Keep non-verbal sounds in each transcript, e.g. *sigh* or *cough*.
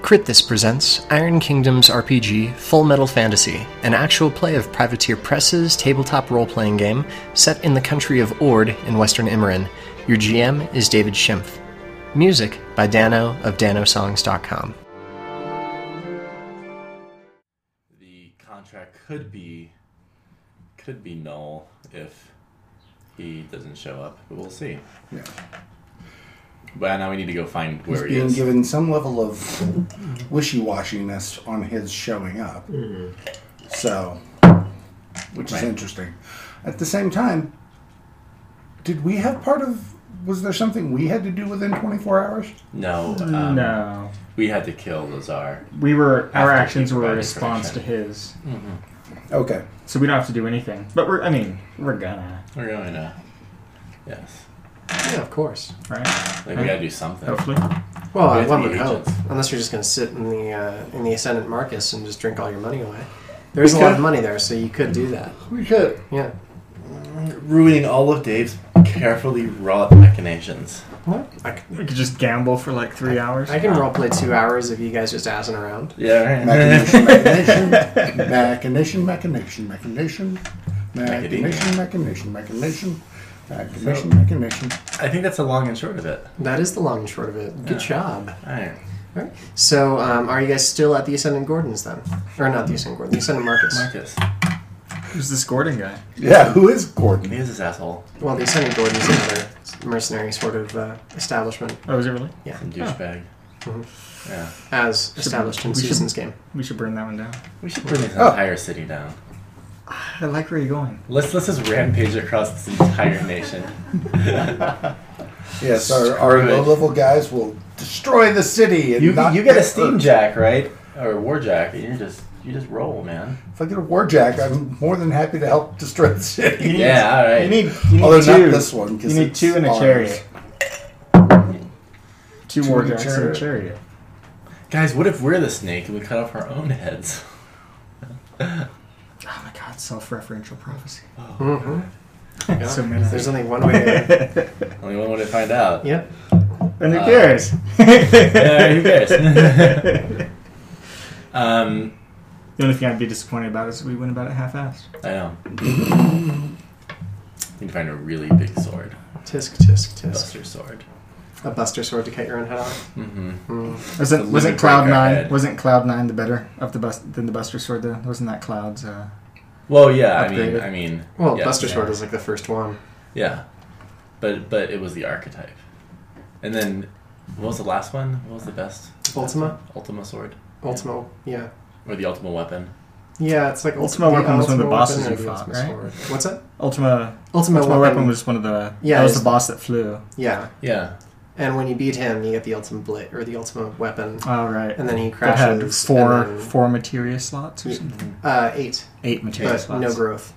Crit This presents Iron Kingdom's RPG Full Metal Fantasy, an actual play of Privateer Press's tabletop role playing game set in the country of Ord in western Imarin. Your GM is David Schimpf. Music by Dano of danosongs.com. the contract could be could be null if he doesn't show up, but we'll see. Yeah. But now we need to go find He's where he being is. given some level of wishy washiness on his showing up. So, which Mm-hmm. Right. is interesting. At the same time, did we have part of. Was there something we had to do within 24 hours? no, um, no, we had to kill Lazar. we were After our actions he were a provided response to correction. his, Okay. so we don't have to do anything. But we're, I mean, we're gonna, We're going to. Yes. Yeah, of course. right? Like, we gotta do something. Hopefully, Well, We have one to would be hope, agents. unless you're just going to sit in the uh, in the Ascendant Marcus and just drink all your money away. There's a lot of could. money there, so you could do that. We could. Yeah. Ruining all of Dave's carefully wrought machinations. What? I, c- we could just gamble for like three hours. I can roleplay two hours if you guys just assing around. Yeah, Machination, machination, machination, machination, machination, Macadamia. machination, machination, machination, machination, machination. *laughs* I think that's the long and short of it. That is the long and short of it. Good job. Alright. All right. So, um, are you guys still at the Ascendant Gordons then? Or not the Ascendant Gordon, the Ascendant Marcus. Marcus. Who's this Gordon guy? Yeah, who is Gordon? He is this asshole. Well, the Ascendant Gordon is another mercenary sort of uh, establishment, Oh, is it really? He's a douchebag. Mm-hmm. Yeah. as established in we should- Susan's game. We should burn that one down. We should burn this Oh. entire city down. I like where you're going. Let's let's just rampage across this entire nation. Yes, our, our Screw it. low level guys will destroy the city. And You not you get a hurt. steam jack, right? Or a war jack, and you just you just roll, man. If I get a warjack, I'm more than happy to help destroy the city. *laughs* yeah, all right. You need, you need Although two. not this one. 'cause You need it's two and a ours. chariot. Two, Two war and a jacks and a chariot. chariot. Guys, what if we're the snake and we cut off our own heads? Oh my god, self-referential prophecy. Mm-hmm. hmm *laughs* So many. If there's only one way to. Only one way to find out. yep. *laughs* And who Uh, cares? Yeah, who cares? *laughs* um, The only thing I'd be disappointed about is we went about it half-assed. I know. Need to find a really big sword, Tisk, tisk, tisk. Buster sword. A buster sword to cut your own head off. Hmm. Mm-hmm. Wasn't The wasn't Limit Cloud Breaker Nine head. wasn't Cloud Nine the better of the bus than the Buster Sword though? Wasn't that Cloud's? Uh, Well, yeah. I mean, Upgraded. I mean, Well, yeah, buster yeah. sword is like the first one. Yeah, but but it was the archetype, and then what was the last one? What was the best? Ultima? Ultima sword Ultimo, yeah. or the Ultima weapon? Yeah, it's like Ultima Weapon was one of the bosses Weapon or we the fought, Ultima right? Sword. What's that? Ultima Ultima, Ultima Weapon was one of the. Yeah, Yeah, that was it's- the boss that flew. Yeah, Yeah, and when you beat him, you get the Ultima Blit or the Ultima Weapon, All right. and then he That had crashes. four and then, four materia slots or Yeah. something. uh, eight, Eight materia but slots. no growth.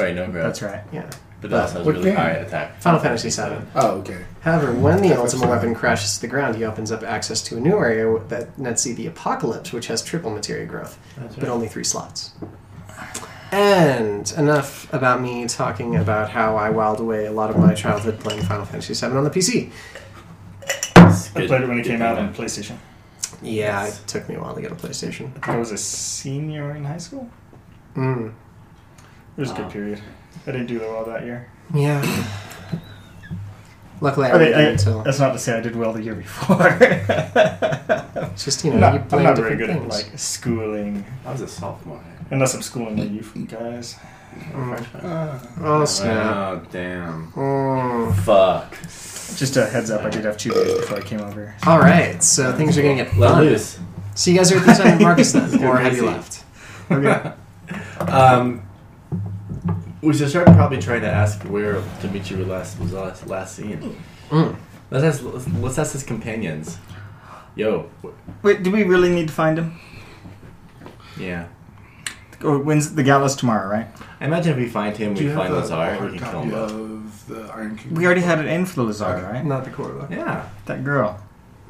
right. No growth. That's right. Yeah, But it But also has what really game? high attack. Final Fantasy VII. Oh, okay. However, when the That's Ultima fine. Weapon crashes to the ground, he opens up access to a new area that nets you the Apocalypse, which has triple materia growth, but only three slots. And enough about me talking about how I wiled away a lot of my childhood playing Final Fantasy VII on the PC. It's good- good game. PlayStation. Yeah, it took me a while to get a PlayStation. I was a senior in high school. Mm. It was a Ah. good period. I didn't do that well that year. Yeah. Luckily, I I mean, didn't I, until that's not to say I did well the year before. *laughs* it's just you know I'm you not, play I'm not very different good things. at like schooling, I was a sophomore. unless I'm schooling with you guys. Mm. oh snap! Oh damn! Mm. Fuck! Just a heads up, I did have two days before I came over. All right, so things are gonna get Let fun. loose. So you guys are at the Simon Marcus *laughs* then, or have you Crazy. left? *laughs* Okay. Um, we should start probably trying to ask where Dimitri was last was last, last seen. Mm. Let's ask. Let's, let's ask his companions. Yo. wh- Wait, do we really need to find him? Yeah. Or when's the gala's tomorrow, right? I imagine if we find him, we find Lazar. We can kill him both. of the Iron Kingdom? We already had an in for the Lazar, right? Not the Corvo. Yeah. That girl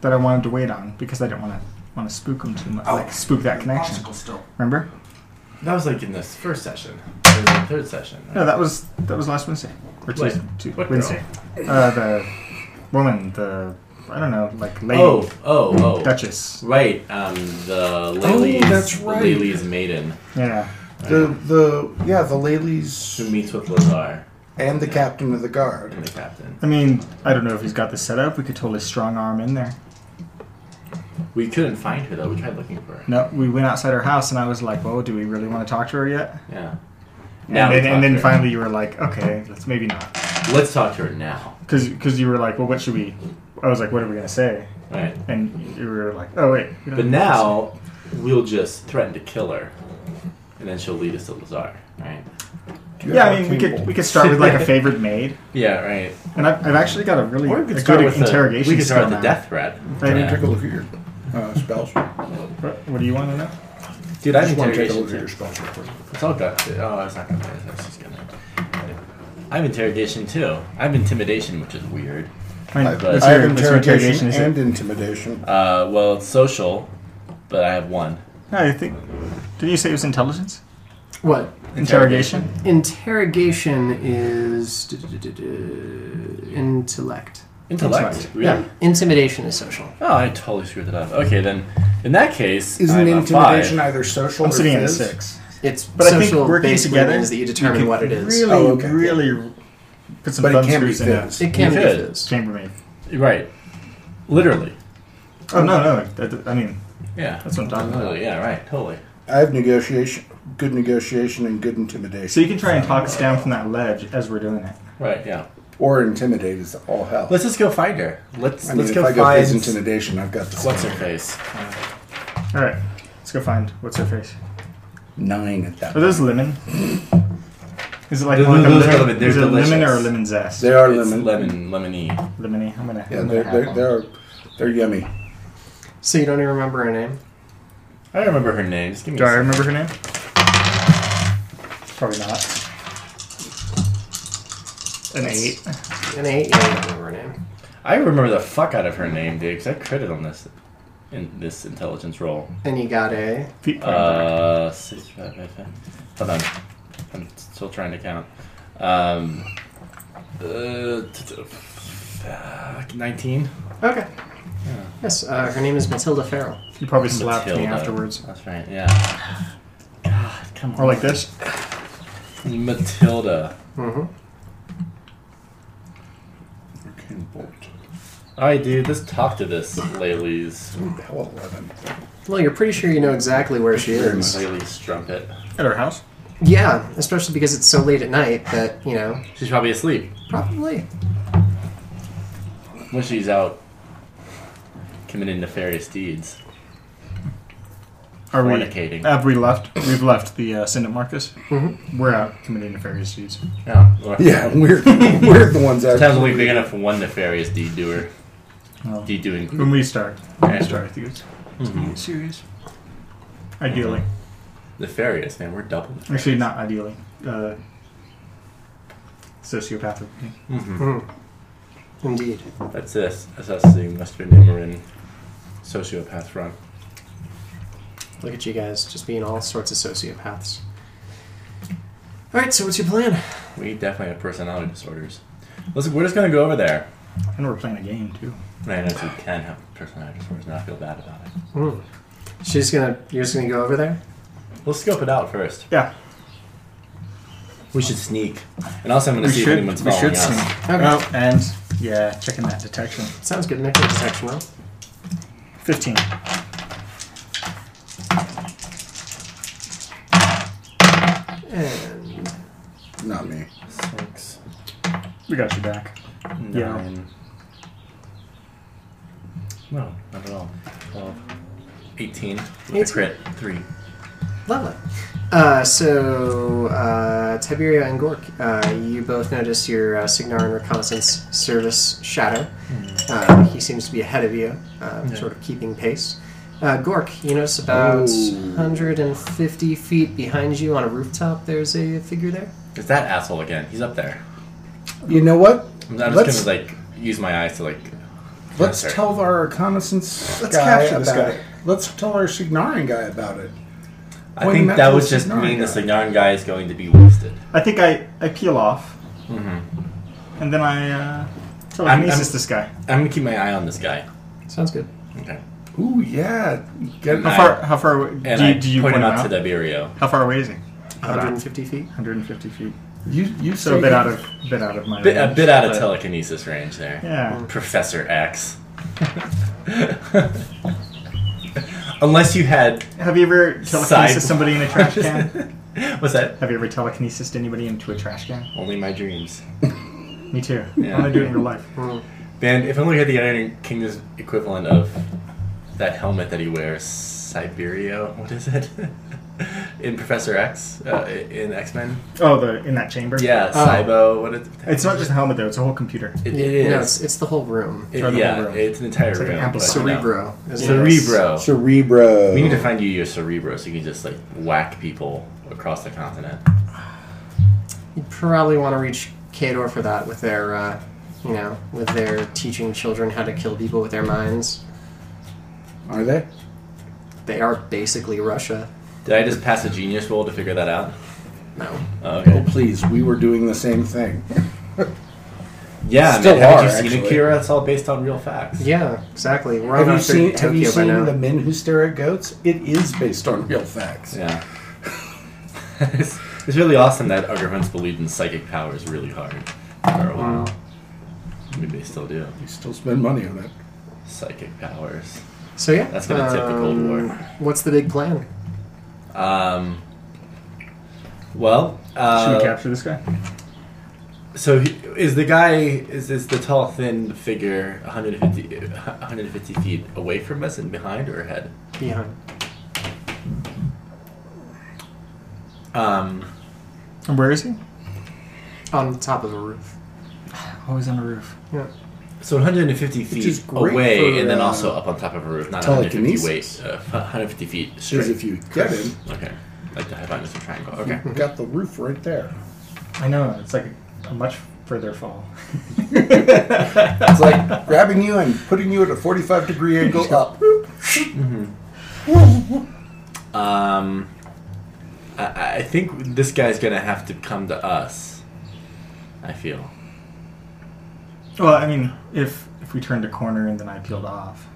that I wanted to wait on because I didn't want to want to spook him too much, Oh. like spook that connection. Popsicle still. Remember? That was like in this first session. Or the third session. No, that was that was last Wednesday or Wait, Tuesday. Tu- what girl? Wednesday. Uh, the woman, the I don't know, like lady Oh, oh, oh. duchess. Right, um, the Lely's, that's the right. Lely's maiden Yeah, The the yeah the ladies who meets with Lazar and the captain of the guard. and the captain. I mean, I don't know if he's got this set up. We could totally strong arm in there. We couldn't find her though. We tried looking for her. No, we went outside her house, and I was like, "Well, do we really want to talk to her yet?" Yeah. and we then, and talked then to her. finally, you were like, "Okay, let's maybe not," let's talk to her now. because you were like, "Well, what should we?" I was like, "What are we gonna say?" Right. And you were like, "Oh wait." we don't But know what to now we'll just threaten to kill her, and then she'll lead us to Lazar. Right. say." yeah, I mean, we could we could start with like *laughs* a favored maid, Yeah. Right. and I've, I've actually got a really Or a we could good start with interrogation. The, we could start skill with the now. death threat. Right. Yeah. Take a look at your uh, spells. What, what do you want to know? Dude, I I just have want to take a look interrogation at your too. spells real quick. It's all gut. Oh, it's not gut. It's just gonna. I have interrogation too. I have intimidation, which is weird. I mean, I, but- what's I your- have what's your interrogation Is and it? intimidation. Uh, well, it's social, but I have one. No, I think. Did you say it was intelligence? What? Interrogation. Interrogation is duh, duh, duh, duh, duh, intellect. Intellect. Intellect. Really? Yeah. Intimidation is social. Oh, I totally screwed that up. Okay, then. In that case, Isn't I'm a intimidation five. either social I'm or sitting at a phys? six. It's But I think social working basically together means that you determine could what it is. Really, Oh, okay. really put some But thumb it can be screws in it. phys. It can You be could. phys. Chambermaid. Right. Literally. Oh no, no. that- I mean, Yeah. That's what I'm talking about. Literally, Yeah, right. Totally. I have negotiation, good negotiation, and good intimidation. so you can try and talk us down from that ledge as we're doing it. Right, yeah. or intimidate is all hell. Let's just go find her. Let's I mean, let's if go I go phys find intimidation, I've got this what's her face. All right, let's go find what's her face. nine at that. Are those lemon? Is it like, Those- like a those are lemon? lemon. They're is it lemon delicious. or lemon zest? They are It's lemon. lemon lemony. Lemony. I'm gonna. Yeah, I'm they're gonna they're, have one. they're they're yummy. So you don't even remember her name? I don't remember her name. Just give me Do I a remember her name? Probably not. An eight. An eight? You don't remember her name. sec. I remember the fuck out of her name, dude, because I critted on this in this intelligence roll. And you got a. Feet point back. Uh six, five, five, five. Hold on. I'm still trying to count. Um uh, t- t- fuck, 19 Okay. Yes, uh, her name is Matilda Farrell. You probably slapped me Matilda. afterwards. That's right, yeah. God, come on. Or like this. Matilda. Mm-hmm. Arcane bolt. Alright, dude, let's talk to this Lely's Hell, eleven. Well, you're pretty sure you know exactly where she is. Lely's strumpet. At her house. Yeah, especially because it's so late at night that, you know, She's probably asleep probably. when she's out committing nefarious deeds. Are we? Fornicating. Have we left? We've left the uh, Synod Marcus. Mhm. We're out committing nefarious deeds. Yeah. Yeah, *laughs* we're we're the ones Sometimes only actually. big enough for one nefarious deed doer. Oh. Deed doing. When we start, when we start, I think it's Mhm. serious. Ideally, Nefarious, man. We're double. nefarious. actually, not ideally. Uh, sociopathic. Mm-hmm. Mm. Indeed. That's this. That's us seeing Western Imran sociopath run. Look at you guys, just being all sorts of sociopaths. Alright, so what's your plan? We definitely have personality disorders. Listen, we're just gonna go over there. And we're playing a game too. Man, if we can have personality disorders, and I feel bad about it. Mm. She's gonna. You're just gonna go over there? Let's scope it out first. Yeah, We should sneak. And also, I'm gonna see if anyone's we following should us. sing. Okay. Oh, and yeah, checking that detection. Sounds good. Make a detection roll. Fifteen. And Not me. Six, We got you back. Yeah. nine. No, not at all. Twelve. Eighteen. With a 18. crit. Three. lovely. Uh, so uh, Tiberia and Gork, uh, you both notice your uh, Signar and reconnaissance service shadow. Uh, he seems to be ahead of you, uh, Yeah. sort of keeping pace. Uh, Gork, you notice about Ooh. 150 feet behind you on a rooftop. There's a figure there. It's that asshole again. He's up there. You know what? I'm, I'm Let's- just gonna like use my eyes to like. Let's Yes, sir. tell our reconnaissance Let's guy capture about this guy. it. Let's tell our Signarian guy about it. I When think you that met would the just Signarin mean the guy. Signarin guy is going to be wasted. Mm-hmm. I think I I peel off, and then I uh, Telekinesis, I'm- this guy. I'm gonna keep my eye on this guy. Sounds good. Okay. Ooh, yeah. Get How far? How far? away- Do And you, I do you point him out, out? to Deberio. How far away is he? 150 feet. 150 feet. You you So a say- bit out of bit out of my Bit, a range, bit out of but- telekinesis range there. Yeah. Professor *laughs* X. Unless you had. Have you ever telekinesis Side- somebody in a *laughs* trash can? What's that? Have you ever telekinesis anybody into a trash can? Only my dreams. Me too. Yeah. I want to do it in real life. Hmm. Man, if only we had the Iron Kingdom's equivalent of that helmet that he wears, Siberio. What is it? *laughs* in Professor X, uh, in X Men. Oh, the in that chamber. Yeah, Oh. Cybo. What is it? It's not just a helmet though; it's a whole computer. It, it is. No, it's, it's the whole room. It- Or the whole yeah, room. it's an entire It's like an room. amplifier. but, you know. Cerebro. is what it is. Cerebro. Cerebro. We need to find you your Cerebro so you can just like whack people across the continent. You probably want to reach Kador for that with their, uh, you know, with their teaching children how to kill people with their minds. Are they? They are basically Russia. Did I just pass a genius roll to figure that out? No. Oh, Oh, okay. please. We were doing the same thing. Yeah, man. Still Haven't you are, seen actually. Akira? It's all based on real facts. Yeah, exactly. We're Have on you our seen third Have you Tokyo by seen now. the men who stare at goats? It is based on real facts. Yeah. *laughs* it's, it's really awesome that Uggerhunts believed in psychic powers really hard for a while. Maybe they still do. We still spend money on it. Psychic powers. So yeah, That's gonna tip the Cold um, War. What's the big plan? Um, well, Should we uh, capture this guy? so he, is the guy, is, is the tall, thin figure 150, 150 feet away from us and behind or ahead? Behind. Um, And where is he? On top of a roof. Oh, he's on the roof. Yeah. so 150 Which is feet great away for, and then uh, also up on top of a roof, not 150, telekinesis. weight, uh, 150 feet straight. Because if you get him, Okay. Like the hypotenuse of a triangle. Okay. you got the roof right there. I know. It's like a, a much *laughs* further fall. *laughs* It's *laughs* like grabbing you and putting you at a 45 degree angle up. Um, I, I think this guy's gonna have to come to us. I feel. Well, I mean, if if we turned a corner and then I peeled off,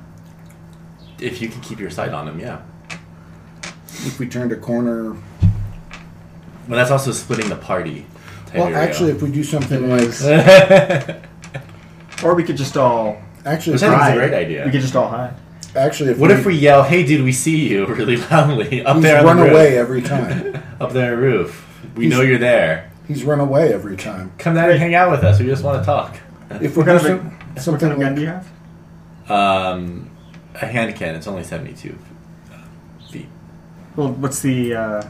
If you can keep your sight on him, yeah. If we turned a corner. But that's also splitting the party. Well, Tiberio. actually, *laughs* if we do something like. or we could just all Actually, That is if a hide. great idea. We could just all hide. we, actually if what if we yell, "Hey, dude, we see you!" *laughs* really loudly up He's there on run the roof. away every time. Up there on the roof. We He's- know you're there. He's run away every time. Come down and hang out with us. We just want to talk. If we're going What kind of to a- What something kind of gun do you like have? Um, a hand cannon. It's only seventy-two feet. Well, what's the uh,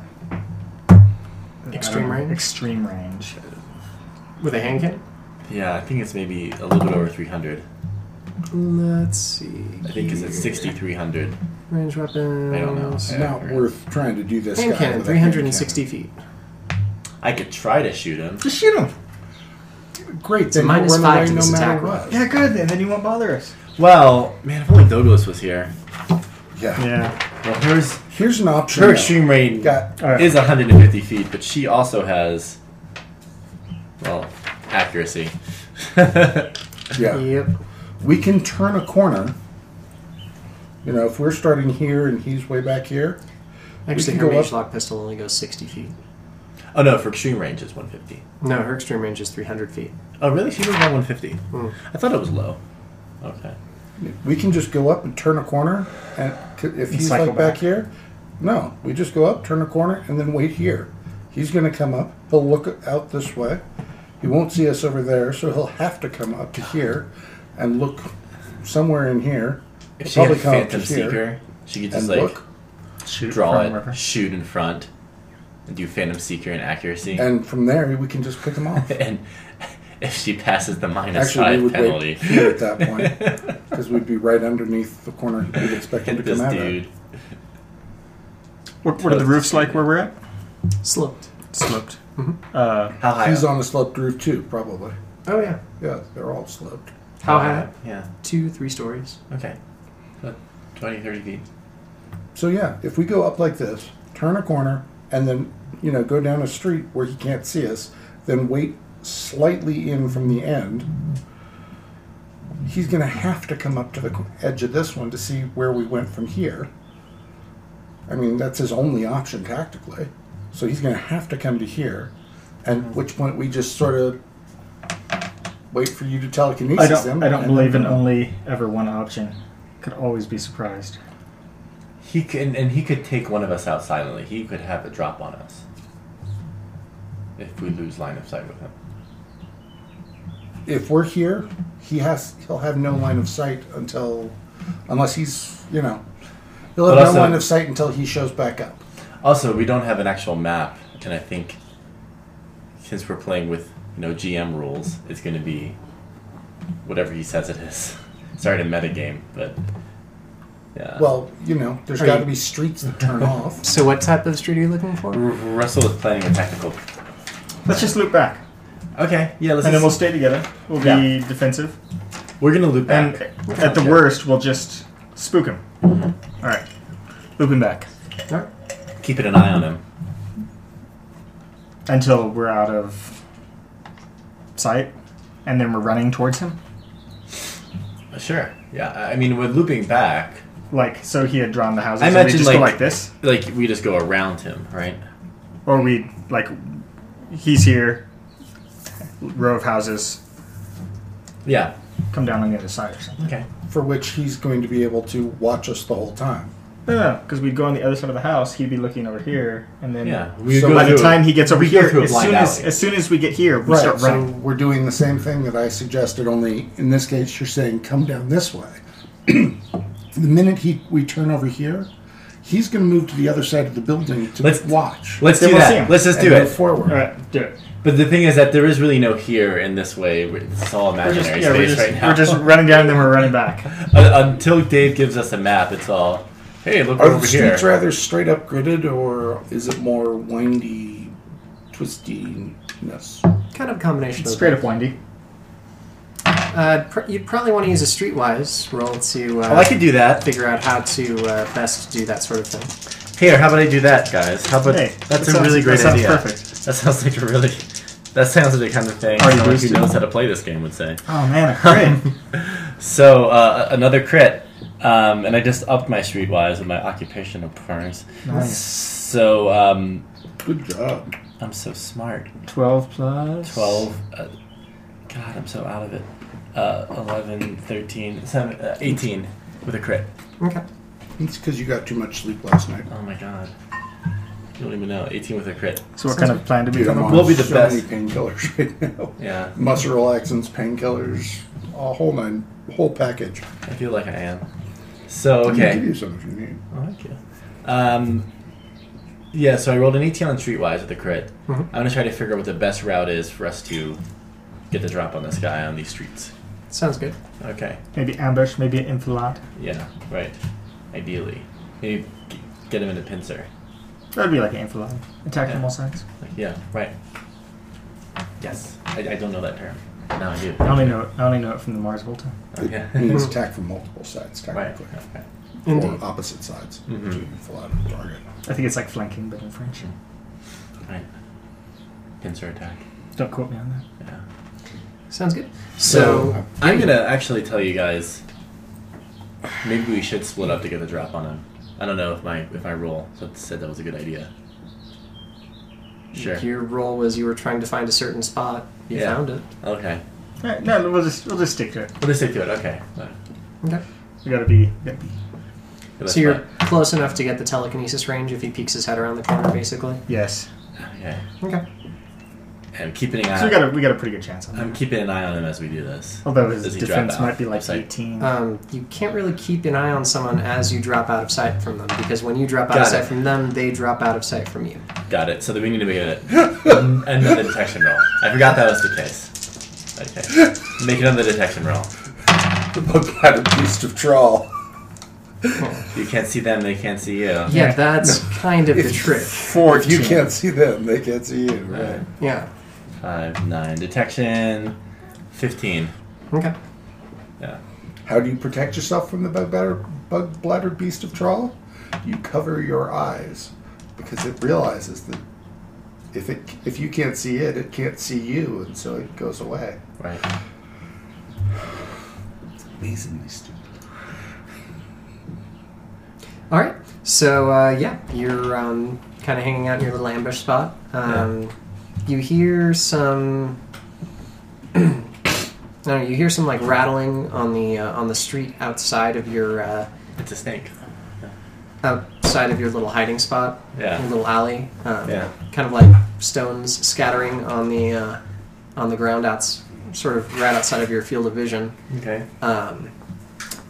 Extreme Um, I don't know, range? Extreme range. With a hand cannon? Yeah, I think it's maybe a little bit over three hundred. Let's see. I think it's at sixty-three hundred. Range weapons. I don't know. it's Yeah, not right. worth trying to do this Hand guy cannon, with a hand 360 feet. I could try to shoot him. Just shoot him. cannon. Great, then minus he'll five run away to no this matter attack roll. what. Yeah, good. And then you won't bother us. Well, man, if only Douglas was here. Yeah. Yeah. Well, hers Here's an option. her though. extreme range Got All right. is 150 feet, but she also has well accuracy. *laughs* Oh, yeah. Yep. We can turn a corner. You know, if we're starting here and he's way back here, Actually, can her go mage up- lock pistol only goes 60 feet. oh no, for extreme range it's 150. No, her extreme range is 300 feet. Oh really? She was about 150. Hmm. I thought it was low. Okay. we can just go up and turn a corner. And c- if he's cycle like back back. here, no, we just go up, turn a corner, and then wait here. He's going to come up. He'll look out this way. He won't see us over there, so he'll have to come up to here and look somewhere in here. If she He'll had come up Phantom to here Seeker, she could and just like look. Shoot draw from it, wherever. shoot in front, and do Phantom Seeker and accuracy. And from there, we can just pick him *laughs* off. And if she passes the minus Actually, we five would penalty, wait *laughs* here at that point *laughs* because we'd be right underneath the corner we'd expect him to hit come this out dude. of. What, what are the roofs like where we're at? Sloped. Sloped. Uh, How high? He's up? on a sloped roof too, probably. Oh, yeah. Yeah, they're all sloped. How high? up? Yeah. Two, three stories. Okay. So 20, 30 feet. So yeah, if we go up like this, turn a corner, and then you know go down a street where he can't see us, then wait slightly in from the end, he's going to have to come up to the qu- edge of this one to see where we went from here. I mean, that's his only option tactically. So he's going to have to come to here, and which point we just sort of wait for you to telekinesis I him. don't. I don't and believe then- in only ever one option. Could always be surprised. He can, and he could take one of us out silently. He could have a drop on us if we lose line of sight with him. If we're here, he has he'll have no line of sight until, unless he's you know, he'll have But no also- line of sight until he shows back up. Also, we don't have an actual map, and I think since we're playing with you know GM rules, it's going to be whatever he says it is. *laughs* Sorry to metagame, but yeah. Well, you know, there's Are got to you- be streets that turn off. So, what type of street are you looking R- for? Russell is planning a tactical. Let's just loop back, Okay, yeah, let's. and then we'll just- stay together. We'll be Yeah. defensive, we're gonna loop and back. at the Okay. worst, we'll just spook him. All right, looping back Alright. Keeping an eye on him. until we're out of sight, and then we're running towards him. Uh, Sure. Yeah. I I mean, we're looping back. Like so, he had drawn the houses. I and we imagine just like go like this. Like we just go around him, right? or we like he's here row of houses Yeah. come down on the other side or something Okay. for which he's going to be able to watch us the whole time. no no because we'd go on the other side of the house he'd be looking over here and then Yeah. We So go by the through a- time he gets over we go here through a as blind soon as, alley. as soon as we get here we start so running we're doing the same thing that I suggested, only in this case you're saying come down this way. *clears throat* the minute he we turn over here, he's going to move to the other side of the building to Let's- watch. Let's Then do we'll see that. him. Let's just and do move it. forward. all right do it But the thing is that there is really no here in this way. We're- It's all we're just, imaginary yeah, we're, space just, right now. *laughs* we're just running down and then we're running back Uh, until Dave gives us a map, it's all, hey, look Are over the streets here. rather straight up gridded, or is it more windy, twistiness? Kind of a combination of straight up windy Uh, pr- you'd probably want to use a streetwise roll to uh, Oh, I could do that. figure out how to uh, best do that sort of thing. Here, how about I do that, guys? How about Hey, that's that a sounds- really great that sounds idea. perfect. That sounds like a really. That sounds like the kind of thing Already someone who boosted. knows how to play this game would say. oh man *laughs* great So uh, another crit, um, and I just upped my streetwise and my occupation of parse. Nice. So um, Good job. I'm so smart. 12 plus 12 uh, god i'm so out of it uh, 11 13 seven- uh, 18 with a crit Okay. It's because you got too much sleep last night. oh my god you don't even know 18 with a crit so what kind of plan did we Dude, come I'm up on We'll be the so best. many painkillers *laughs* right now. yeah muscle relaxants, painkillers, a whole nine, whole package. i feel like i am so I can give okay you some if you need. I like you. um yeah so i rolled an 18 on streetwise with a crit i'm gonna try to figure out what the best route is for us to get the drop on this guy on these streets Sounds good. okay maybe ambush maybe an enfilade yeah right ideally maybe g- get him in a pincer that'd be like an enfilade attack Yeah. from all sides Like, yeah right yes i, I don't know that term now i do I only know it, I only know it from the Mars Volta Okay. It means attack from multiple sides, *laughs* Right. technically, Okay. Indeed. or opposite sides. Mhm. to Fill out a target. I think it's like flanking but in French Right. Pincer attack. don't quote me on that Yeah. Sounds good. So, I'm gonna actually tell you guys. Maybe we should split up to get the drop on him. I don't know if my if my role said that was a good idea. uh, Sure. your role was you were trying to find a certain spot. You Yeah. found it. Okay. Right, no, we'll just we'll just stick to it. We'll just stick to it. Okay. Fine. Okay. We gotta be, gotta be. That's So you're fine. close enough to get the telekinesis range if he peeks his head around the corner, basically. Yes. Okay. Okay. And keeping an eye. So we got a we got a pretty good chance on that. I'm keeping an eye on him as we do this. Although his Does he drop defense out? might be like Upside- eighteen. Um, you can't really keep an eye on someone as you drop out of sight from them because when you drop out Got of it. sight from them, they drop out of sight from you. Got it. So then we need to make a, *laughs* *laughs* an- another detection roll. I forgot that was the case. Okay. Make another detection roll. The bug had a beast of trawl. You can't see them, they can't see you. Yeah, *laughs* Yeah. that's kind of the If- trick. If you can't see them, they can't see you. Right. Yeah. Five, nine. Detection, 15. Okay. Yeah. How do you protect yourself from the bug bladder, bug bladder beast of trawl? You cover your eyes because it realizes that if it if you can't see it, it can't see you, and so it goes away. Right. amazingly stupid. All right. So uh, yeah, you're um, kind of hanging out in your little ambush spot. Um, You hear some. *clears throat* I don't know, you hear some like rattling on the uh, on the street outside of your uh, It's a snake. outside of your little hiding spot, your Yeah. little alley. Um, Yeah. Kind of like stones scattering on the uh, on the ground outs, sort of right outside of your field of vision. Okay. Um,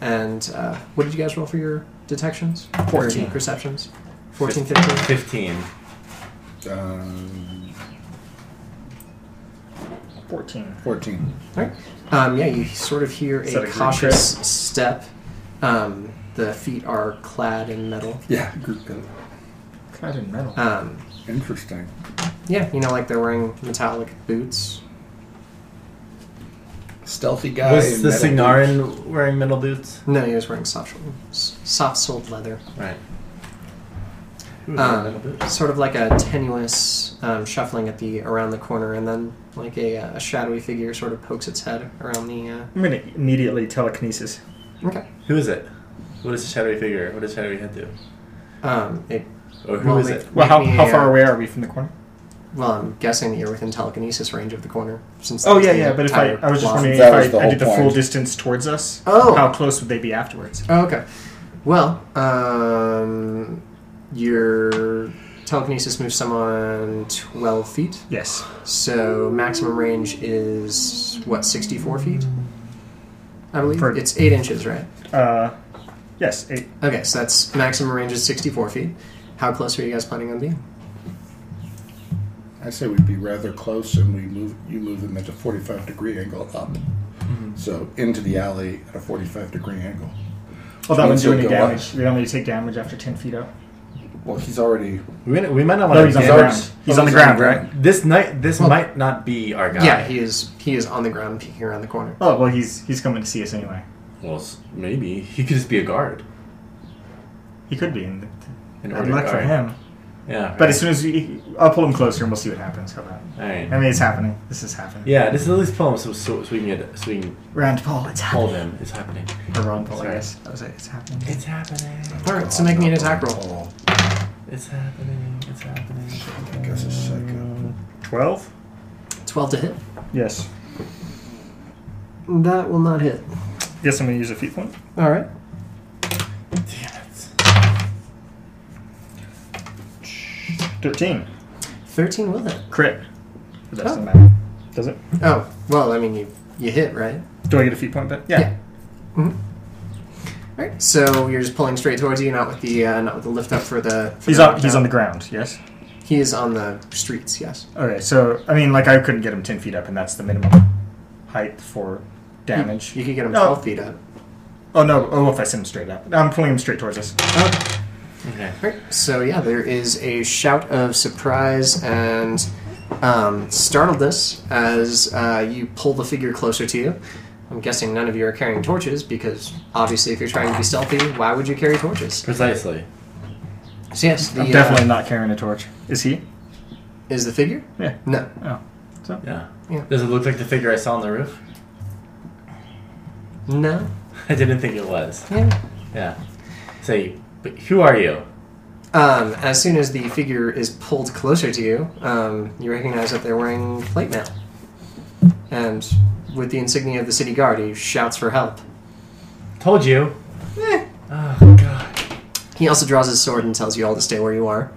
and uh, what did you guys roll for your detections? Or 14. perceptions. 14, 15? 15. Um, 14. 14. All right. Um, yeah, you sort of hear Is that a a group cautious step. Um, the feet are clad in metal. Yeah, group build. Clad in metal. Um, Interesting. yeah, you know, like they're wearing metallic boots. Stealthy guy. Was in the metal boots. Signarin wearing metal boots? No, he was wearing soft, soft soled leather. Right. Um, sort of like a tenuous um, shuffling at the around the corner, and then like a, uh, a shadowy figure sort of pokes its head around the. Uh... I'm gonna immediately telekinesis. Okay. Who is it? What does the shadowy figure? What does shadowy head do? Um, it, Or who Well, is make- it? Well, how, me, how far uh, away are we from the corner? well, I'm guessing that you're within telekinesis range of the corner. Since Oh that's yeah, the yeah. But if I, entire I was just block. wondering That was if the I, I whole did the full point. distance towards us, Oh. how close would they be afterwards? Oh, okay. Well, um, your telekinesis moves someone 12 feet. Yes. So maximum range is, what, 64 feet? I believe. For- It's 8 inches, right? Uh, yes. Eight. Okay, so that's maximum range is 64 feet. How close are you guys planning on being? I say we'd be rather close, and we move. You move them at a 45 degree angle up, Mm-hmm. so into the alley at a 45 degree angle. Well, that Means wouldn't do you'll any go up. damage. We only take damage after ten feet up. Well, he's already. We, might- we might not No, want he's to on the already- ground. He's on the ground, right? This night, this Well- might not be our guy. Yeah, he is he is on the ground peeking around the corner. Oh well, he's he's coming to see us anyway. Well, s- maybe he could just be a guard. He could be. In the, An I'd order look for guard. him. Yeah. But as soon as we, I'll pull him closer and we'll see what happens. How about? All right. I mean, it's happening. This is happening. yeah, this is at least poem, so, so, so we can get so we can Round Paul, it's happening. hold him. It's happening. Or Ron Paul, I Sorry. guess. I was like, it's happening. It's happening. All right, so make me an attack roll. Oh, It's happening. It's happening. I guess it's psycho. Twelve. 12 to hit. Yes. That will not hit. Guess I'm gonna use a feet point. All right. Damn it. Thirteen. 13 will hit. Crit. But that doesn't Oh. matter. Does it? Oh, well, I mean, you you hit, right? Do I get a feet point? But yeah. Yeah. Mm-hmm. All right. So you're just pulling straight towards you, not with the uh, not with the lift up for the. For He's the on. He's on the ground. Yes. He is on the streets. Yes. Okay. So I mean, like, I couldn't get him ten feet up, and that's the minimum height for damage. You could get him No. twelve feet up. Oh no! Oh, if I send him straight up, I'm pulling him straight towards us. Okay. Okay. All right. So yeah, there is a shout of surprise and um, startledness as uh, you pull the figure closer to you. I'm guessing none of you are carrying torches because obviously, if you're trying to be stealthy, why would you carry torches? Precisely. So yes, the, I'm uh, definitely not carrying a torch. Is he? is the figure. Yeah. No, Oh. So. Yeah. Yeah. Does it look like the figure I saw on the roof? *laughs* no, I didn't think it was. yeah. Yeah. Say, but who are you? Um, as soon as the figure is pulled closer to you, um, you recognize that they're wearing plate mail. And with the insignia of the city guard, he shouts for help. Told you. Oh God. He also draws his sword and tells you all to stay where you are.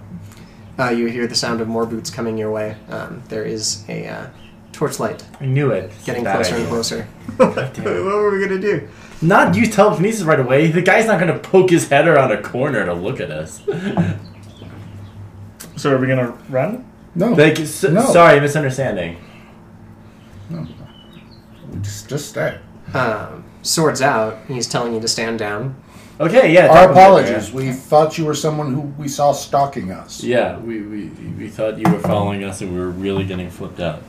Uh, you hear the sound of more boots coming your way. Um, there is a uh, torchlight I knew it. getting Bad closer and idea. closer. what were we gonna do? Not use telekinesis right away. The guy's not gonna poke his head around a corner to look at us. So are we gonna run? No, like, s No. sorry, misunderstanding. no. We Just, just stay. Um, swords out. He's telling you to stand down. Okay, yeah. Our that was it, apologies. We thought you were someone who we saw stalking us. Yeah, Yeah, we, we we thought you were following us, and we were really getting flipped out.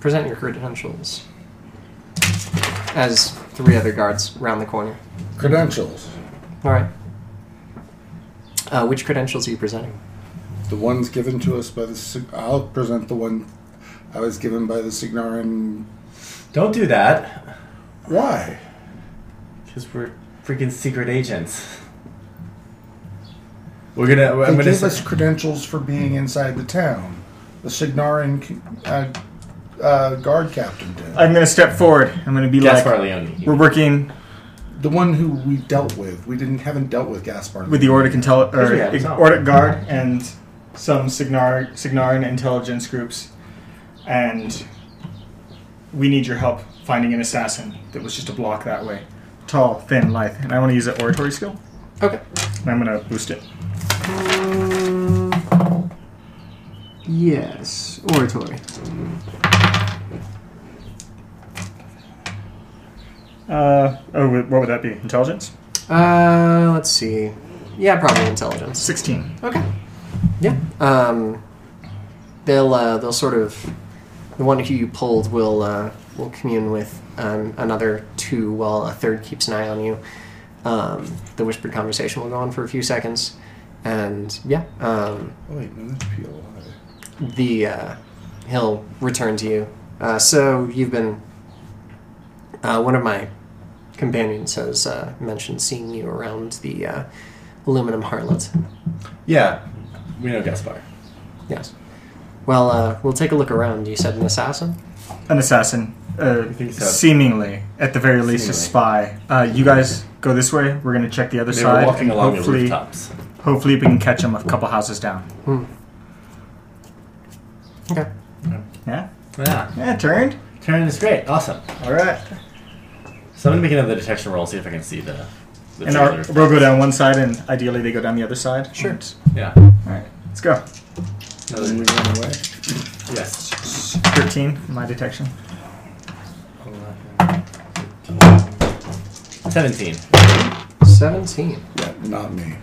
Present your credentials. As three other guards round the corner. Credentials. All right. Uh, which credentials are you presenting? The ones given to us by the. Sig- I'll present the one I was given by the Signarin Don't do that, Why? because we're freaking secret agents. We're gonna. I'm they gonna. gave say- us credentials for being inside the town. The Signarin uh, uh, guard captain did. I'm gonna step forward. I'm gonna be Gaspar like, Leone. we're working the one who we dealt with. We didn't haven't dealt with Gaspar. with the Ordic Intel Yes, we have, or it's Ig- out. Ordic Guard and some Signar Signarin intelligence groups, and we need your help finding an assassin that was just a block that way. Tall, thin, lithe, and I want to use an oratory skill, Okay. and I'm gonna boost it. Yes, oratory. Uh, oh, wh- what would that be? Intelligence. Uh, let's see. Yeah, probably intelligence. Sixteen. Okay. Yeah. Um, they'll uh, they'll sort of the one who you pulled will uh, will commune with um, another two while a third keeps an eye on you. Um, the whispered conversation will go on for a few seconds, and yeah, um, Oh, wait, no, that's PLI. the uh, he'll return to you. Uh, so you've been. Uh, one of my companions has uh, mentioned seeing you around the uh, aluminum harlot. yeah, we know Gaspar. Yes. Well, uh, we'll take a look around. You said an assassin? An assassin. Uh, think so? seemingly, at the very least, a spy. Uh, you guys go this way. We're gonna check the other They side. were walking and along the hopefully, rooftops. hopefully, we can catch him a couple houses down. Hmm. Okay. Yeah. Yeah, Yeah. Turned. Taryn is great. Awesome. All right. So I'm gonna make another detection roll. See if I can see the. the And our, trailer. we'll go down one side, and ideally they go down the other side. Sure. yeah. All right, let's go. And we Another, ran away. yes. Thirteen, my detection. 17. 17. Yeah, not me.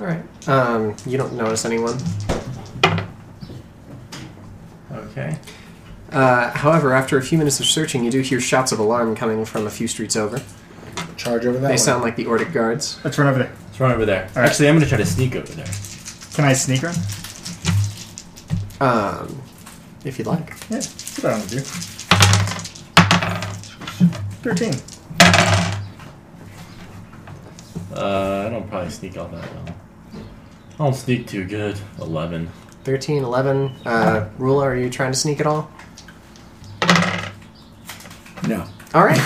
All right. Um, you don't notice anyone. Okay. Uh, however, after a few minutes of searching, you do hear shouts of alarm coming from a few streets over. Charge over that They one. sound like the Ordic guards. Let's run over there. Let's run over there. All right. Actually, I'm going to try to sneak over there. Can I sneak her? Um, if you'd like. Yeah, that's what I want to do. Thirteen. Uh, I don't probably sneak all that well. I don't sneak too good. 11. 13, 11. Uh, Rula, are you trying to sneak at all? No. All *laughs* right.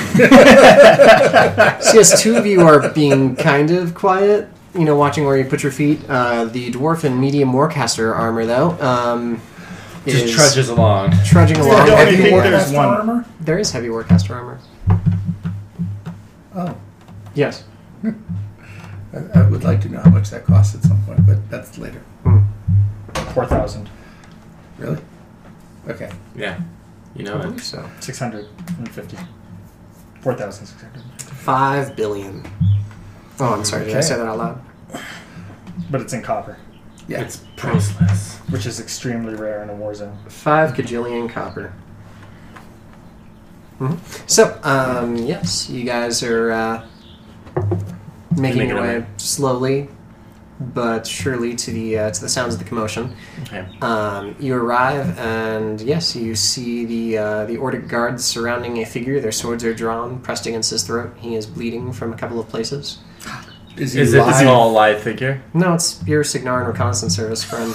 CS2 of you are being kind of quiet, you know, watching where you put your feet. Uh, the dwarf in medium warcaster armor, though, um, Just is trudges along. trudging along. don't heavy think war- there's Warcaster one. armor? there is heavy warcaster armor. Oh, Yes. I, I would like to know how much that costs at some point, but that's later. Four thousand Really? Okay. Yeah. You I know believe it. so. six hundred and fifty. Four thousand six hundred. Five billion. Oh, I'm sorry. Did I Okay. say that out loud? But it's in copper, Yeah. It's priceless. which is extremely rare in a war zone. Five gajillion copper. Mhm. So, um, yes, you guys are uh, making Making your our way way. slowly but surely to the uh, to the sounds of the commotion. Okay. Um, you arrive, and yes, you see the uh, the Ordic guards surrounding a figure. Their swords are drawn, pressed against his throat. He is bleeding from a couple of places. Is he Is it a live? small live figure? No, it's your Signarin reconnaissance service friend.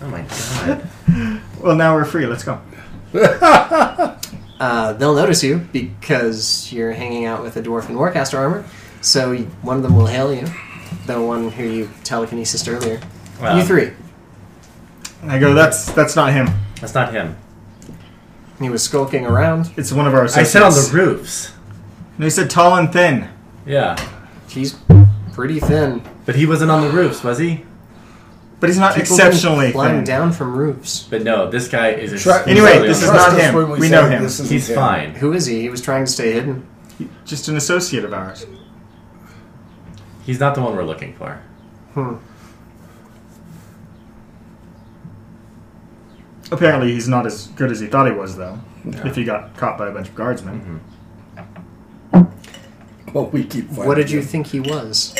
Oh my *laughs* god. Well, now we're free. Let's go. Uh, they'll notice you because you're hanging out with a dwarf in warcaster armor. So y- one of them will hail you, the one who you telekinesis earlier. Wow. You three. And I go. That's that's not him. That's not him. He was skulking around. It's one of our. I Associates. said on the roofs. No, he said tall and thin. Yeah. He's pretty thin. But he wasn't on the roofs, was he? But he's not People been exceptionally flying thin. down from roofs. But no, this guy is a Try- Anyway, this is Trust not us him. when We say know him. this isn't He's him. fine. Who is he? He was trying to stay hidden. Just an associate of ours. He's not the one we're looking for. Apparently, he's not as good as he thought he was, though. If he got caught by a bunch of guardsmen, Mm-hmm. Well, we keep finding What did you him. think he was?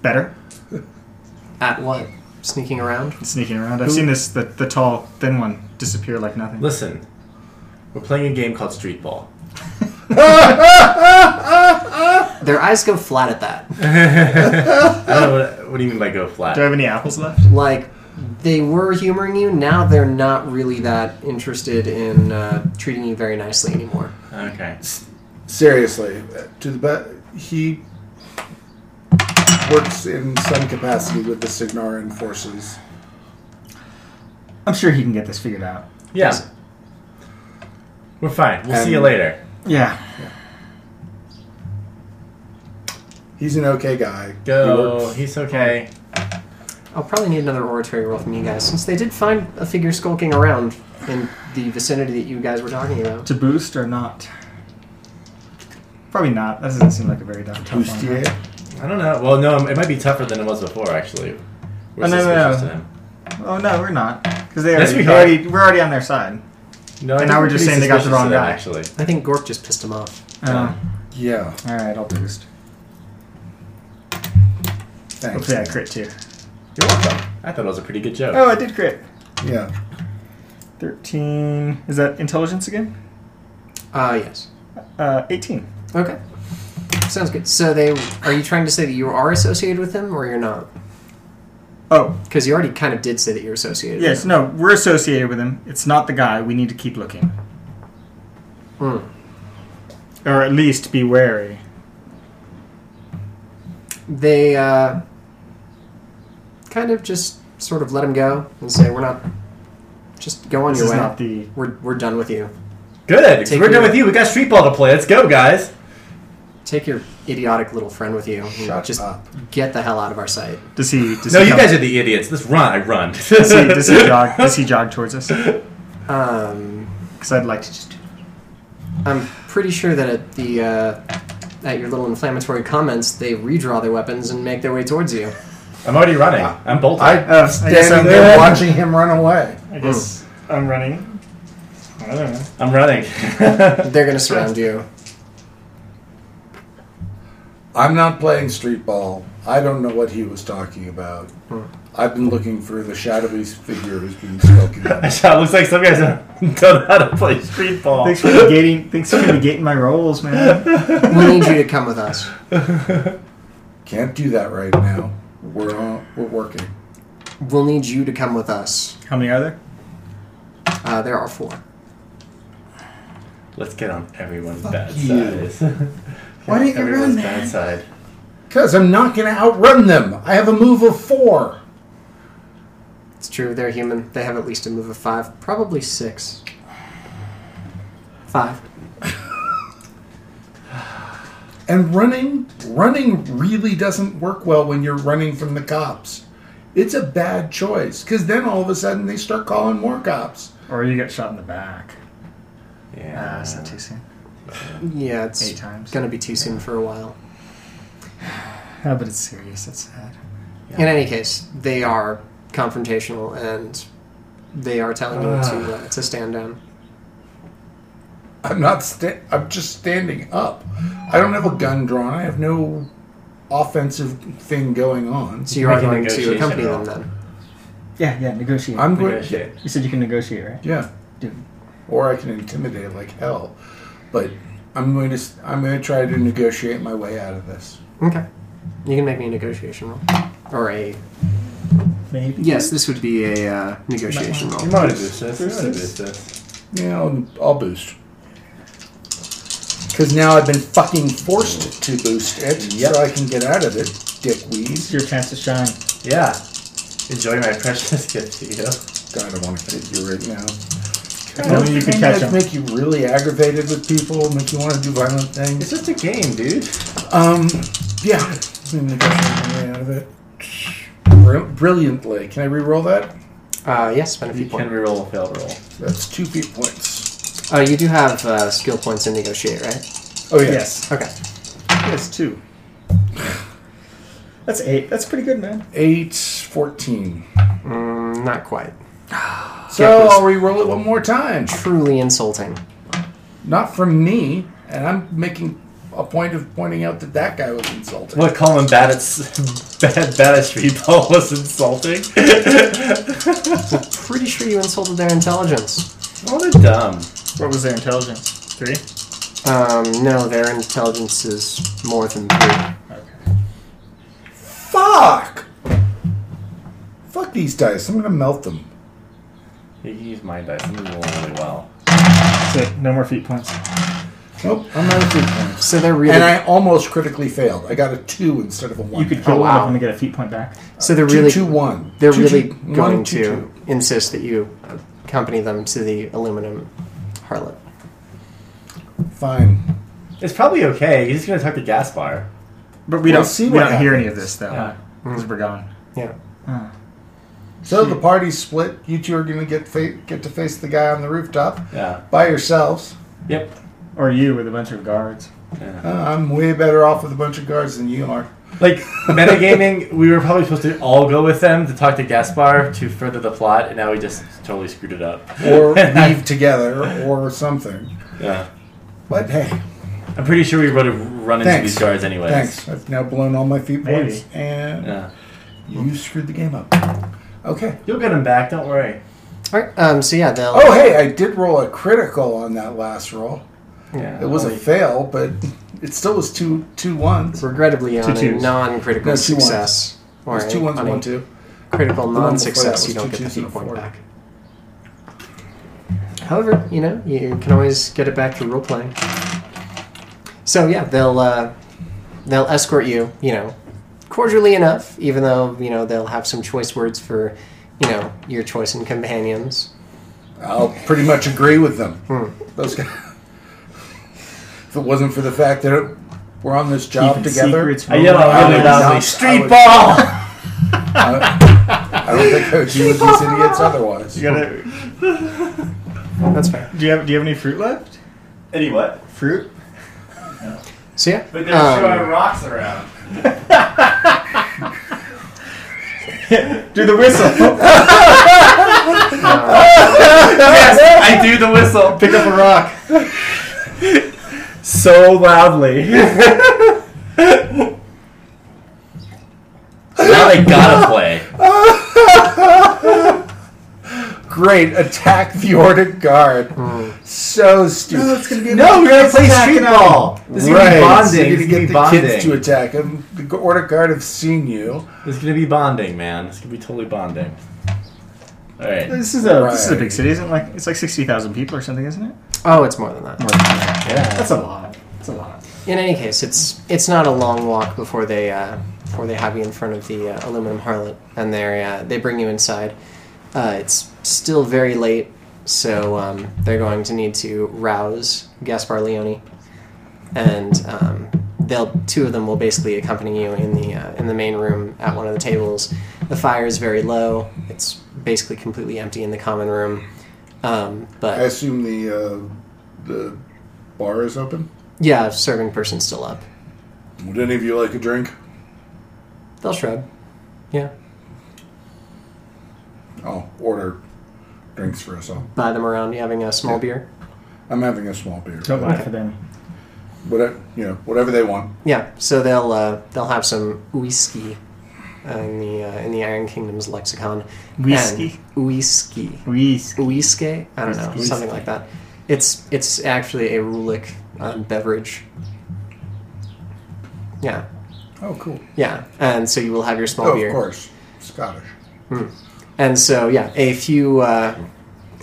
better At what? Sneaking around? sneaking around. I've seen this the, the tall, thin one disappear like nothing. Listen, we're playing a game called Street Ball. Their eyes go flat at that. *laughs* I don't know what, what do you mean by go flat. Do I have any apples left? Like, they were humoring you, now they're not really that interested in uh, treating you very nicely anymore. Okay. Seriously, to the be- he works in some capacity with the Signarin forces. I'm sure he can get this figured out. Yeah. We're fine. We'll see you Um, later. Yeah. He's an okay guy. He Go. works- He's okay. I'll probably need another oratory roll from you guys, since they did find a figure skulking around in the vicinity that you guys were talking about. To boost or not? Probably not. That doesn't seem like a very tough tough one. Bustier. I don't know. Well, no, it might be tougher than it was before, actually. We're Oh, no, no, suspicious no. to him. Oh no, we're not. Because they Yes, already, we we are. already we're already on their side. No, I And think now we're just pretty saying they got the suspicious wrong of them, guy. Actually, I think Gork just pissed him off. Uh, Yeah, all right, I'll boost. thanks. Hopefully, I crit too. you're welcome. I thought it was a pretty good joke. Oh, I did crit. Yeah. Thirteen. Is that intelligence again? Uh, yes. Uh, eighteen. Okay. Sounds good. So they are you trying to say that you are associated with him or you're not? Oh Because you already kind of did say that you're associated. with yes, no, we're associated with him. It's not the guy. We need to keep looking, Hmm. or at least be wary. they uh, kind of just sort of let him go and say, "We're not. Just go on This your is way. not the. we're we're done with you. Good. Take we're your- done with you. We got street ball to play. Let's go, guys. Take your idiotic little friend with you. and Shut just up. get the hell out of our sight." Does he? Does No, he you come- guys are the idiots. Let's run. I run. *laughs* Does *laughs* he, does he jog? Does he jog towards us? Um, Because I'd like to just. I'm pretty sure that at the uh, at your little inflammatory comments, they redraw their weapons and make their way towards you. I'm already running. I'm bolting. I Uh, I guess I'm standing there good. watching him run away. I guess I'm running. I don't know. I'm running. *laughs* They're gonna surround you. I'm not playing street ball. I don't know what he was talking about. I've been looking for the shadowy figure who's being *laughs* spoken of. It looks like some guys *laughs* don't know how to play street ball. *laughs* Thanks for negating. Thanks for negating my rolls, man. We need you to come with us. Can't do that right now. We're on, we're working. We'll need you to come with us. How many are there? Uh, there are four. Let's get on everyone's bad you. side. *laughs* Why didn't you everyone's run, bad man? side. Because I'm not going to outrun them. I have a move of four. It's true, they're human. They have at least a move of five, probably six. Five. And running, running really doesn't work well when you're running from the cops. It's a bad choice because then all of a sudden they start calling more cops. Or you get shot in the back. Yeah. Uh, is that too soon? Yeah, it's Eight times. gonna be too soon for a while. Oh, but it's serious. That's sad. In any case, they are confrontational and they are telling you to, uh, to stand down. I'm not. Sta- I'm just standing up. I don't have a gun drawn. I have no offensive thing going on. So you are Make a going to negotiation accompany them roll. then. Yeah, yeah. Negotiate. I'm going. Negotiate. you said you can negotiate, right? Yeah. Dude. Or I can intimidate like hell, but I'm going to. s- I'm going to try to negotiate my way out of this. Okay. You can make me a negotiation roll. Or a. Maybe. Yes, this would be a uh, negotiation You roll. might have boosted this. You might have boosted this. Yeah, I'll, I'll boost. Because now I've been fucking forced to boost it, Yep. so I can get out of it, dickweed. It's your chance to shine. Yeah. Enjoy my *laughs* precious gift to you. God, I want to hit you right now. If only you could catch Doesn't that him. make you really aggravated with people, make you want to do violent It's things. just a game, dude. Um, yeah. I'm gonna get my way out of it. Bri- Brilliantly. Can I re-roll that? Uh, yes, spend a few You can points. reroll a failed roll. That's two feet points. Uh, you do have uh, skill points in negotiate, right? Oh yeah. Yes. Okay. Yes, two. That's eight. That's pretty good, man. Eight, 14. Mm, not quite. So Yeah, please. I'll re-roll it one more time. Truly insulting. Not from me, and I'm making a point of pointing out that that guy was insulted. What Colin Babbitt's *laughs* bad baddestry Paul was insulting? Pretty sure you insulted their intelligence. what a dumb. What was their intelligence? Three? Um, no, their intelligence is more than three. Okay. Fuck! Fuck these dice. I'm gonna melt them. You can use my dice. I'm rolling really well. So no more feet points. Nope, I'm out of food points. So they're really, And I almost critically failed. I got a two instead of a one. You could kill one wow. of them and get a feet point back. so they're two, really, two, one. they're Two, really two- one, going two, to two. insist that you accompany them to the aluminum harlot. Fine. It's probably okay. He's just gonna talk to Gaspar. But we We'll don't see see what we don't hear happens. any of this though. Yeah. Because we're gone. Yeah. So the party's split. You two are gonna get fa- get to face the guy on the rooftop Yeah. by yourselves. Yep. Or you with a bunch of guards. Uh, I'm way better off with a bunch of guards than you are. Like metagaming, we were probably supposed to all go with them to talk to Gaspar to further the plot, and now we just totally screwed it up. Or weave together or something. yeah. But hey, I'm pretty sure we would have run into Thanks. these guards anyways. thanks. I've now blown all my feet Maybe. points, and Yeah. you screwed the game up. Okay. You'll get him back. Don't worry. All right. Um, so yeah, they'll. Oh, hey, I did roll a critical on that last roll. Yeah. It was a fail, but it still was two two ones. It Regrettably, on a twos. non-critical No, two ones. success or was two a- ones, on a one two. critical The one before non-success, that you was don't two get the twos and feet a point four. back. However, you know you can always get it back through role playing. So yeah, they'll uh, they'll escort you, you know, cordially enough, even though you know they'll have some choice words for, you know, your choice in companions. I'll pretty much agree with them. Hmm. Those guys. If it wasn't for the fact that we're on this job Keeping together, secrets I from yell out around. really would loudly, not- I "Street would- ball!" I don't think I would be with these idiots otherwise. You gotta, That's fair. do you have do you have any fruit left? Any what? Fruit? So yeah, But they're um, throwing rocks around. Do the *laughs* whistle. *laughs* yes, I do the whistle. Pick up a rock. so *laughs* loudly. now they gotta play. Great, attack the ordered guard. So stupid. No, it's gonna be Hmm. No, we're gonna play street ball. This is gonna be bonding. You're This gonna is get gonna be the kids bonding. to attack him. The ordered guard have seen you. This is gonna be bonding, man. This is gonna be totally bonding. All right. this is a this is a Right. big city, isn't it? Like it's like sixty thousand people or something, isn't it? oh, it's more than that. Yeah. That's a lot. That's a lot. In any case, it's it's not a long walk before they uh, before they have you in front of the uh, aluminum harlot, and they uh, they bring you inside. Uh, it's still very late, so um, they're going to need to rouse Gaspar Leone, and um, they'll two of them will basically accompany you in the uh, in the main room at one of the tables. The fire is very low; it's basically completely empty in the common room. Um, but I assume the uh, the bar is open. yeah, serving person's still up. Would any of you like a drink? They'll shrug. Yeah. I'll order drinks for us all. buy them around you having a small beer. I'm having a small beer. Don't lie for them. Whatever you know, whatever they want. Yeah, so they'll uh, they'll have some whiskey uh, in the uh, in the Iron Kingdom's lexicon. Whiskey? And whiskey, Wheeze. whiskey. I don't know, Whiskey. something like that. It's it's actually a Rulik um, beverage. Yeah, Oh, cool. yeah, and so you will have your small Oh, beer. of course, Scottish. And so, yeah, a few uh,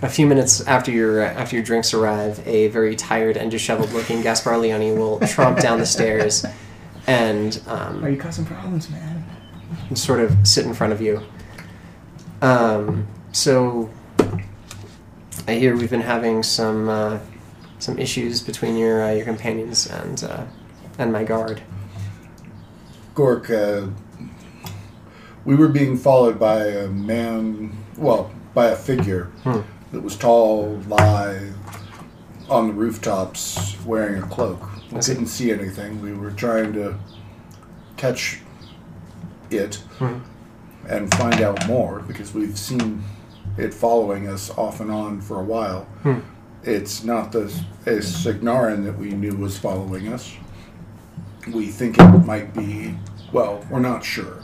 a few minutes after your uh, after your drinks arrive, a very tired and disheveled-looking Gaspar Leone will tromp down the stairs and Are um, Oh, you causing problems, man? sort of sit in front of you. Um, so, I hear we've been having some uh, some issues between your uh, your companions and uh, and my guard. Gork, uh, we were being followed by a man, well, by a figure Hmm. that was tall, lithe, on the rooftops, wearing a cloak. We I see. couldn't see anything. We were trying to catch it Hmm. and find out more because we've seen it following us off and on for a Hmm. while. It's not the a Signarin that we knew was following us. We think it might be, well, we're not sure.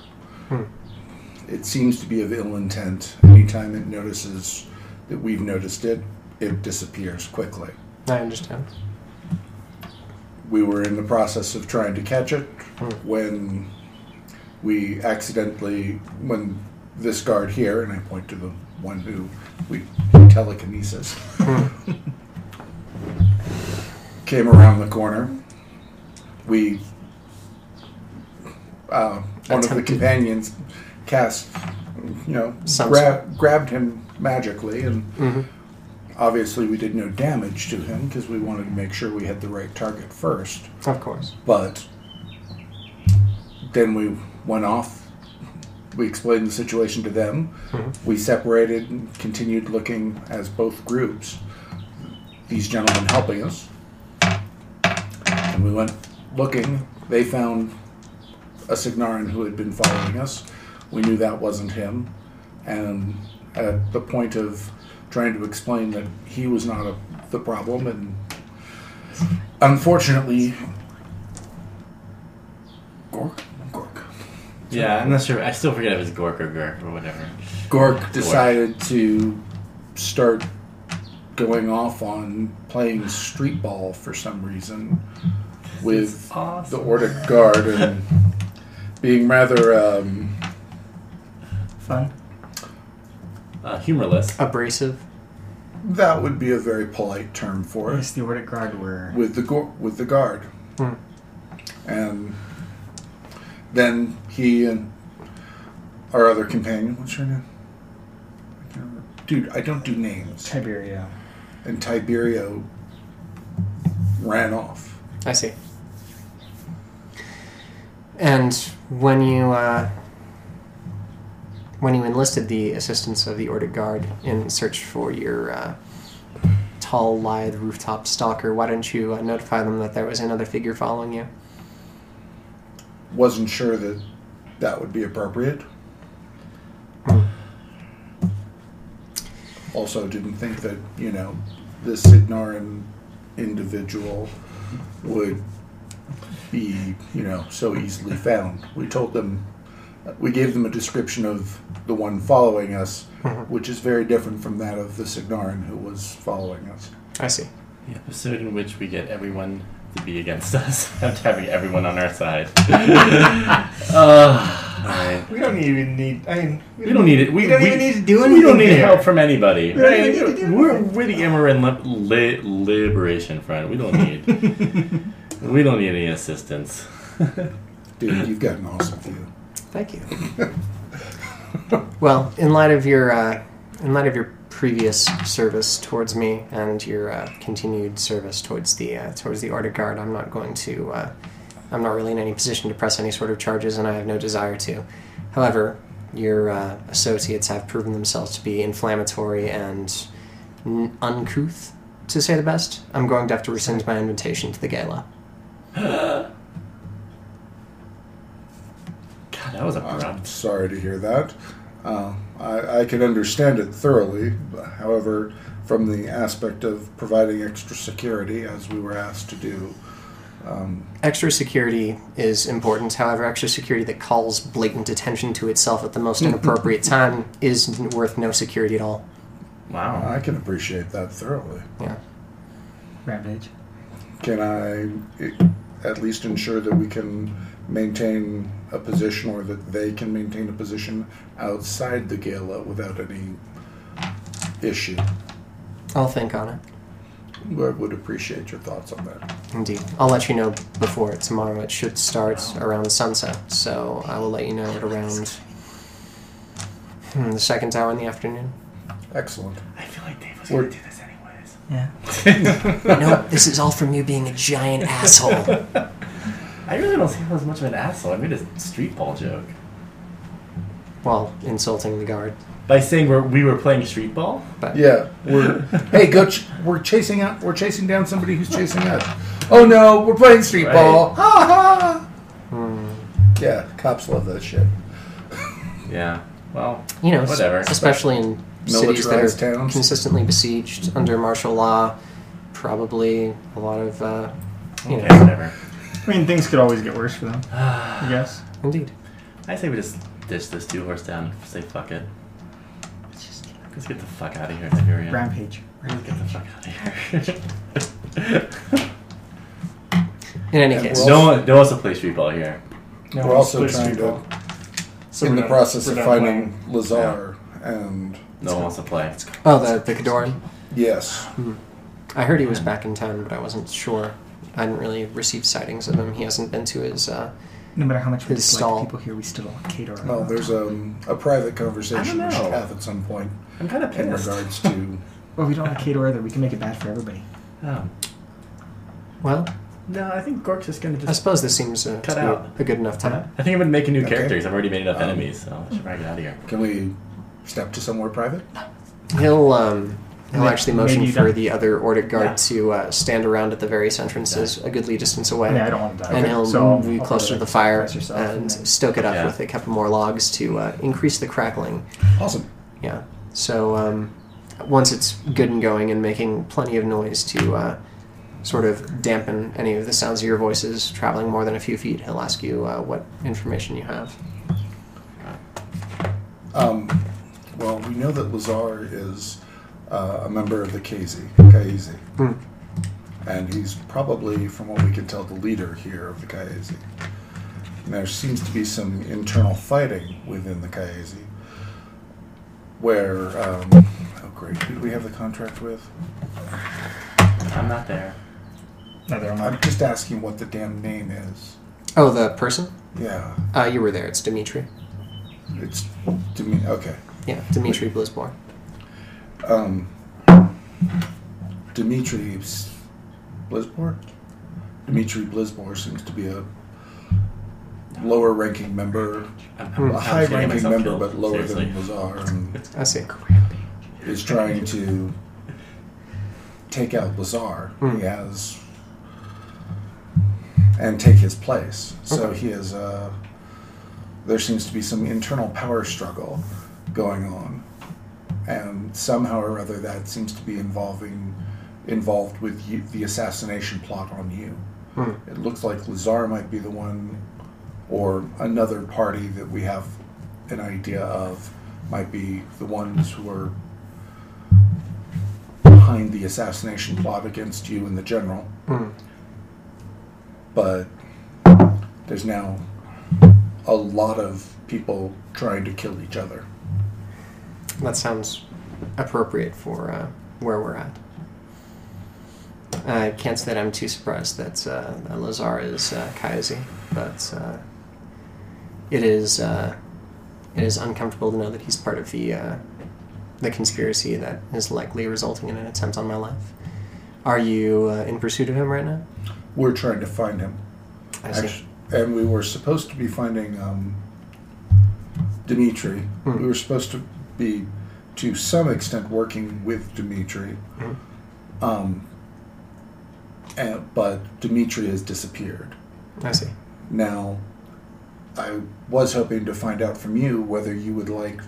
It seems to be of ill intent. Anytime it notices that we've noticed it, it disappears quickly. I understand. We were in the process of trying to catch it when we accidentally, when this guard here, and I point to the one who we telekinesis, *laughs* came around the corner. We, uh, one of the Attempted. companions, cast, you know, Some gra- grabbed him magically, and obviously we did no damage to him because we wanted to make sure we had the right target first Of course. but then we went off. We explained the situation to them. We separated and continued looking as both groups. These gentlemen helping us. And we went looking. They found a Signarin who had been following us. We knew that wasn't him. And at the point of trying to explain that he was not a, the problem, and unfortunately, Gork? Gork. Yeah, I'm not sure. I still forget if it's Gork or Gurk or whatever. Gork decided to start going off on playing street ball for some reason with the Ordic Guard and being rather um, Fun. Uh, humorless. Abrasive. that would be a very polite term for it Yes, the Ordic Guard were. with the gor- with the guard, Hmm. and then he and our other companion. What's her name? I can't remember. Dude, I don't do names. Tiberia. and Tiberio ran off. I see. And when you uh, when you enlisted the assistance of the Order Guard in search for your uh, tall, lithe rooftop stalker, why don't you uh, notify them that there was another figure following you? Wasn't sure that that would be appropriate. Also, didn't think that you know this Signarin individual would be you know so easily found. We told them. We gave them a description of the one following us, which is very different from that of the Signarin who was following us. I see. The episode in which we get everyone to be against *laughs* us after having everyone on our side. *laughs* uh, We don't even need. I mean, we don't need it. We, We don't we- even need to do We don't anything need here. *laughs* help from anybody. don't right? even need to do We're with the Imran li- li- Liberation Front. We don't *laughs* need. we don't need any *laughs* assistance. Dude, you've got an awesome view. Thank you. well, in light of your uh, in light of your previous service towards me and your uh, continued service towards the uh, towards the Order Guard, I'm not going to. Uh, I'm not really in any position to press any sort of charges, and I have no desire to. However, your uh, associates have proven themselves to be inflammatory and n- uncouth, to say the best. I'm going to have to rescind my invitation to the gala. God, that was I'm abrupt. Uh, sorry to hear that. Uh, I, I can understand it thoroughly. However, from the aspect of providing extra security, as we were asked to do, extra security is important. However, extra security that calls blatant attention to itself at the most inappropriate time is n- worth no security at all. Uh-huh. Wow. I can appreciate that thoroughly. Yeah. Rampage. Can I eh, at least ensure that we can maintain a position or that they can maintain a position outside the gala without any issue? I'll think on it. I would appreciate your thoughts on that. Indeed. I'll let you know before it tomorrow. It should start around sunset, so I will let you know at around hmm, the second hour in the afternoon. Excellent. I feel like Dave was We're- gonna do this anyways. Yeah. *laughs* no, this is all from you being a giant asshole. I really don't see him as much of an asshole. I made a street ball joke While insulting the guard. by saying we're, we were playing street ball. But Yeah, *laughs* we're hey, go. Ch- we're chasing out. We're chasing down somebody who's chasing us. Oh no, we're playing street Right. ball. Ha ha. Hmm. Yeah, cops love that shit. Yeah. Well, you know, s- whatever. especially in cities that Militarized are towns. consistently besieged under martial law, probably a lot of uh, you Okay, know whatever. I mean, things could always get worse for *sighs* them. I guess. Indeed. I say we just dish this two horse down and say fuck it. Let's just let's get the fuck out of here, Tiberian. Rampage. Let's get the fuck out of here. *laughs* In any Yeah, case, we're all- no one, no one wants to play streetball here. No, We're also split trying people. So in we're the not- process we're of not finding playing. Lazar, and No one wants to play. oh, the the Cadoran. yes, I heard he was back in town, but I wasn't sure. I hadn't really received sightings of him. He hasn't been to his. Uh, No matter how much we His dislike stall. people here, we still cater. well, there's um, a private conversation I we don't know. should have at some point I'm kind of in pissed. regards to Well, we don't have Cato either. We can make it bad for everybody. Oh. well, No, I think Gork's just gonna I just. suppose this seems uh, Cut to out. Uh-huh. be a good enough time. I think I'm gonna make a new Okay. character. 'cause I've already made enough Um, enemies, so I should probably get out of here. can we step to somewhere private? He'll um, he'll May- actually motion maybe for that- the other Ordic guard Yeah. to uh, stand around at the various entrances, a goodly distance away. I mean, I don't want to die. and he'll so move you I'll closer to probably the fire sacrifice yourself and then- stoke it up Yeah. with a couple more logs to uh, increase the crackling. Awesome. Yeah. So um, once it's good and going and making plenty of noise to uh, sort of dampen any of the sounds of your voices traveling more than a few feet, he'll ask you uh, what information you have. Um, well, we know that Lazar is uh, a member of the Kaizi, Kaizi. Hmm. and he's probably, from what we can tell, the leader here of the Kaizi. And there seems to be some internal fighting within the Kaizi, where um, oh great, who do we have the contract with? I'm not there. Neither am I'm I. just asking what the damn name is. Oh, the person? Yeah, Uh, you were there. It's Dimitri. it's Demi- okay. Yeah, Dimitri Blissborn. Um, Dimitri S- Blizbor? Dimitri Blizbor seems to be a lower ranking member, I'm, Hmm. a high getting ranking myself member, killed, but lower seriously. than Lazar, and I see. is trying to take out Lazar. Hmm. He has. And take his place. So he is. Uh, there seems to be some internal power struggle going on, and somehow or other that seems to be involving involved with you, the assassination plot on you. Hmm. It looks like Lazar might be the one, or another party that we have an idea of might be the ones who are behind the assassination plot against you and the general. Hmm. But there's now a lot of people trying to kill each other. That sounds appropriate for uh, where we're at. I can't say that I'm too surprised that, uh, that Lazar is uh, Kaizi, but uh, it is uh, it is uncomfortable to know that he's part of the uh, the conspiracy that is likely resulting in an attempt on my life. Are you uh, in pursuit of him right now? We're trying to find him. I see. Actu- and we were supposed to be finding um, Dimitri. Hmm. We were supposed to be, to some extent, working with Dimitri. Hmm. Um, and, but Dimitri has disappeared. I see. Now, I was hoping to find out from you whether you would like,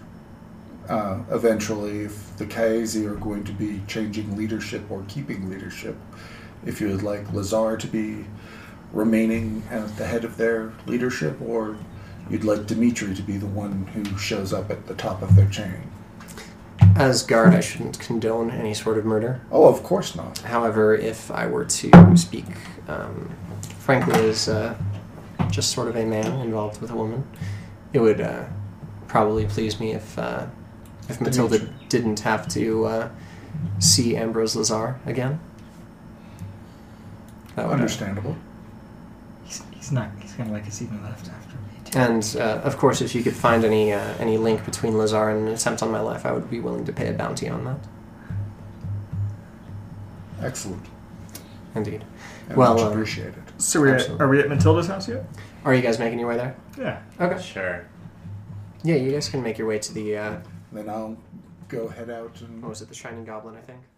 uh, eventually, if the Kaizi are going to be changing leadership or keeping leadership, if you would like Lazar to be remaining at the head of their leadership, or you'd like Dimitri to be the one who shows up at the top of their chain. As guard, I shouldn't condone any sort of murder. Oh, of course not. However, if I were to speak um, frankly as uh, just sort of a man involved with a woman, it would uh, probably please me if uh, if Matilda Dimitri. didn't have to uh, see Ambrose Lazar again. That would, uh, Understandable. He's, he's not. He's gonna like us even left after we. do. And uh, of course, if you could find any uh, any link between Lazar and an attempt on my life, I would be willing to pay a bounty on that. Excellent. Indeed. And Well, much um, appreciated. So we're at, Absolutely. are we at Matilda's house yet? Are you guys making your way there? Yeah. Okay. Sure. Yeah, you guys can make your way to the uh, Then I'll go head out and what was it, the Shining Goblin, I think. Mm-hmm.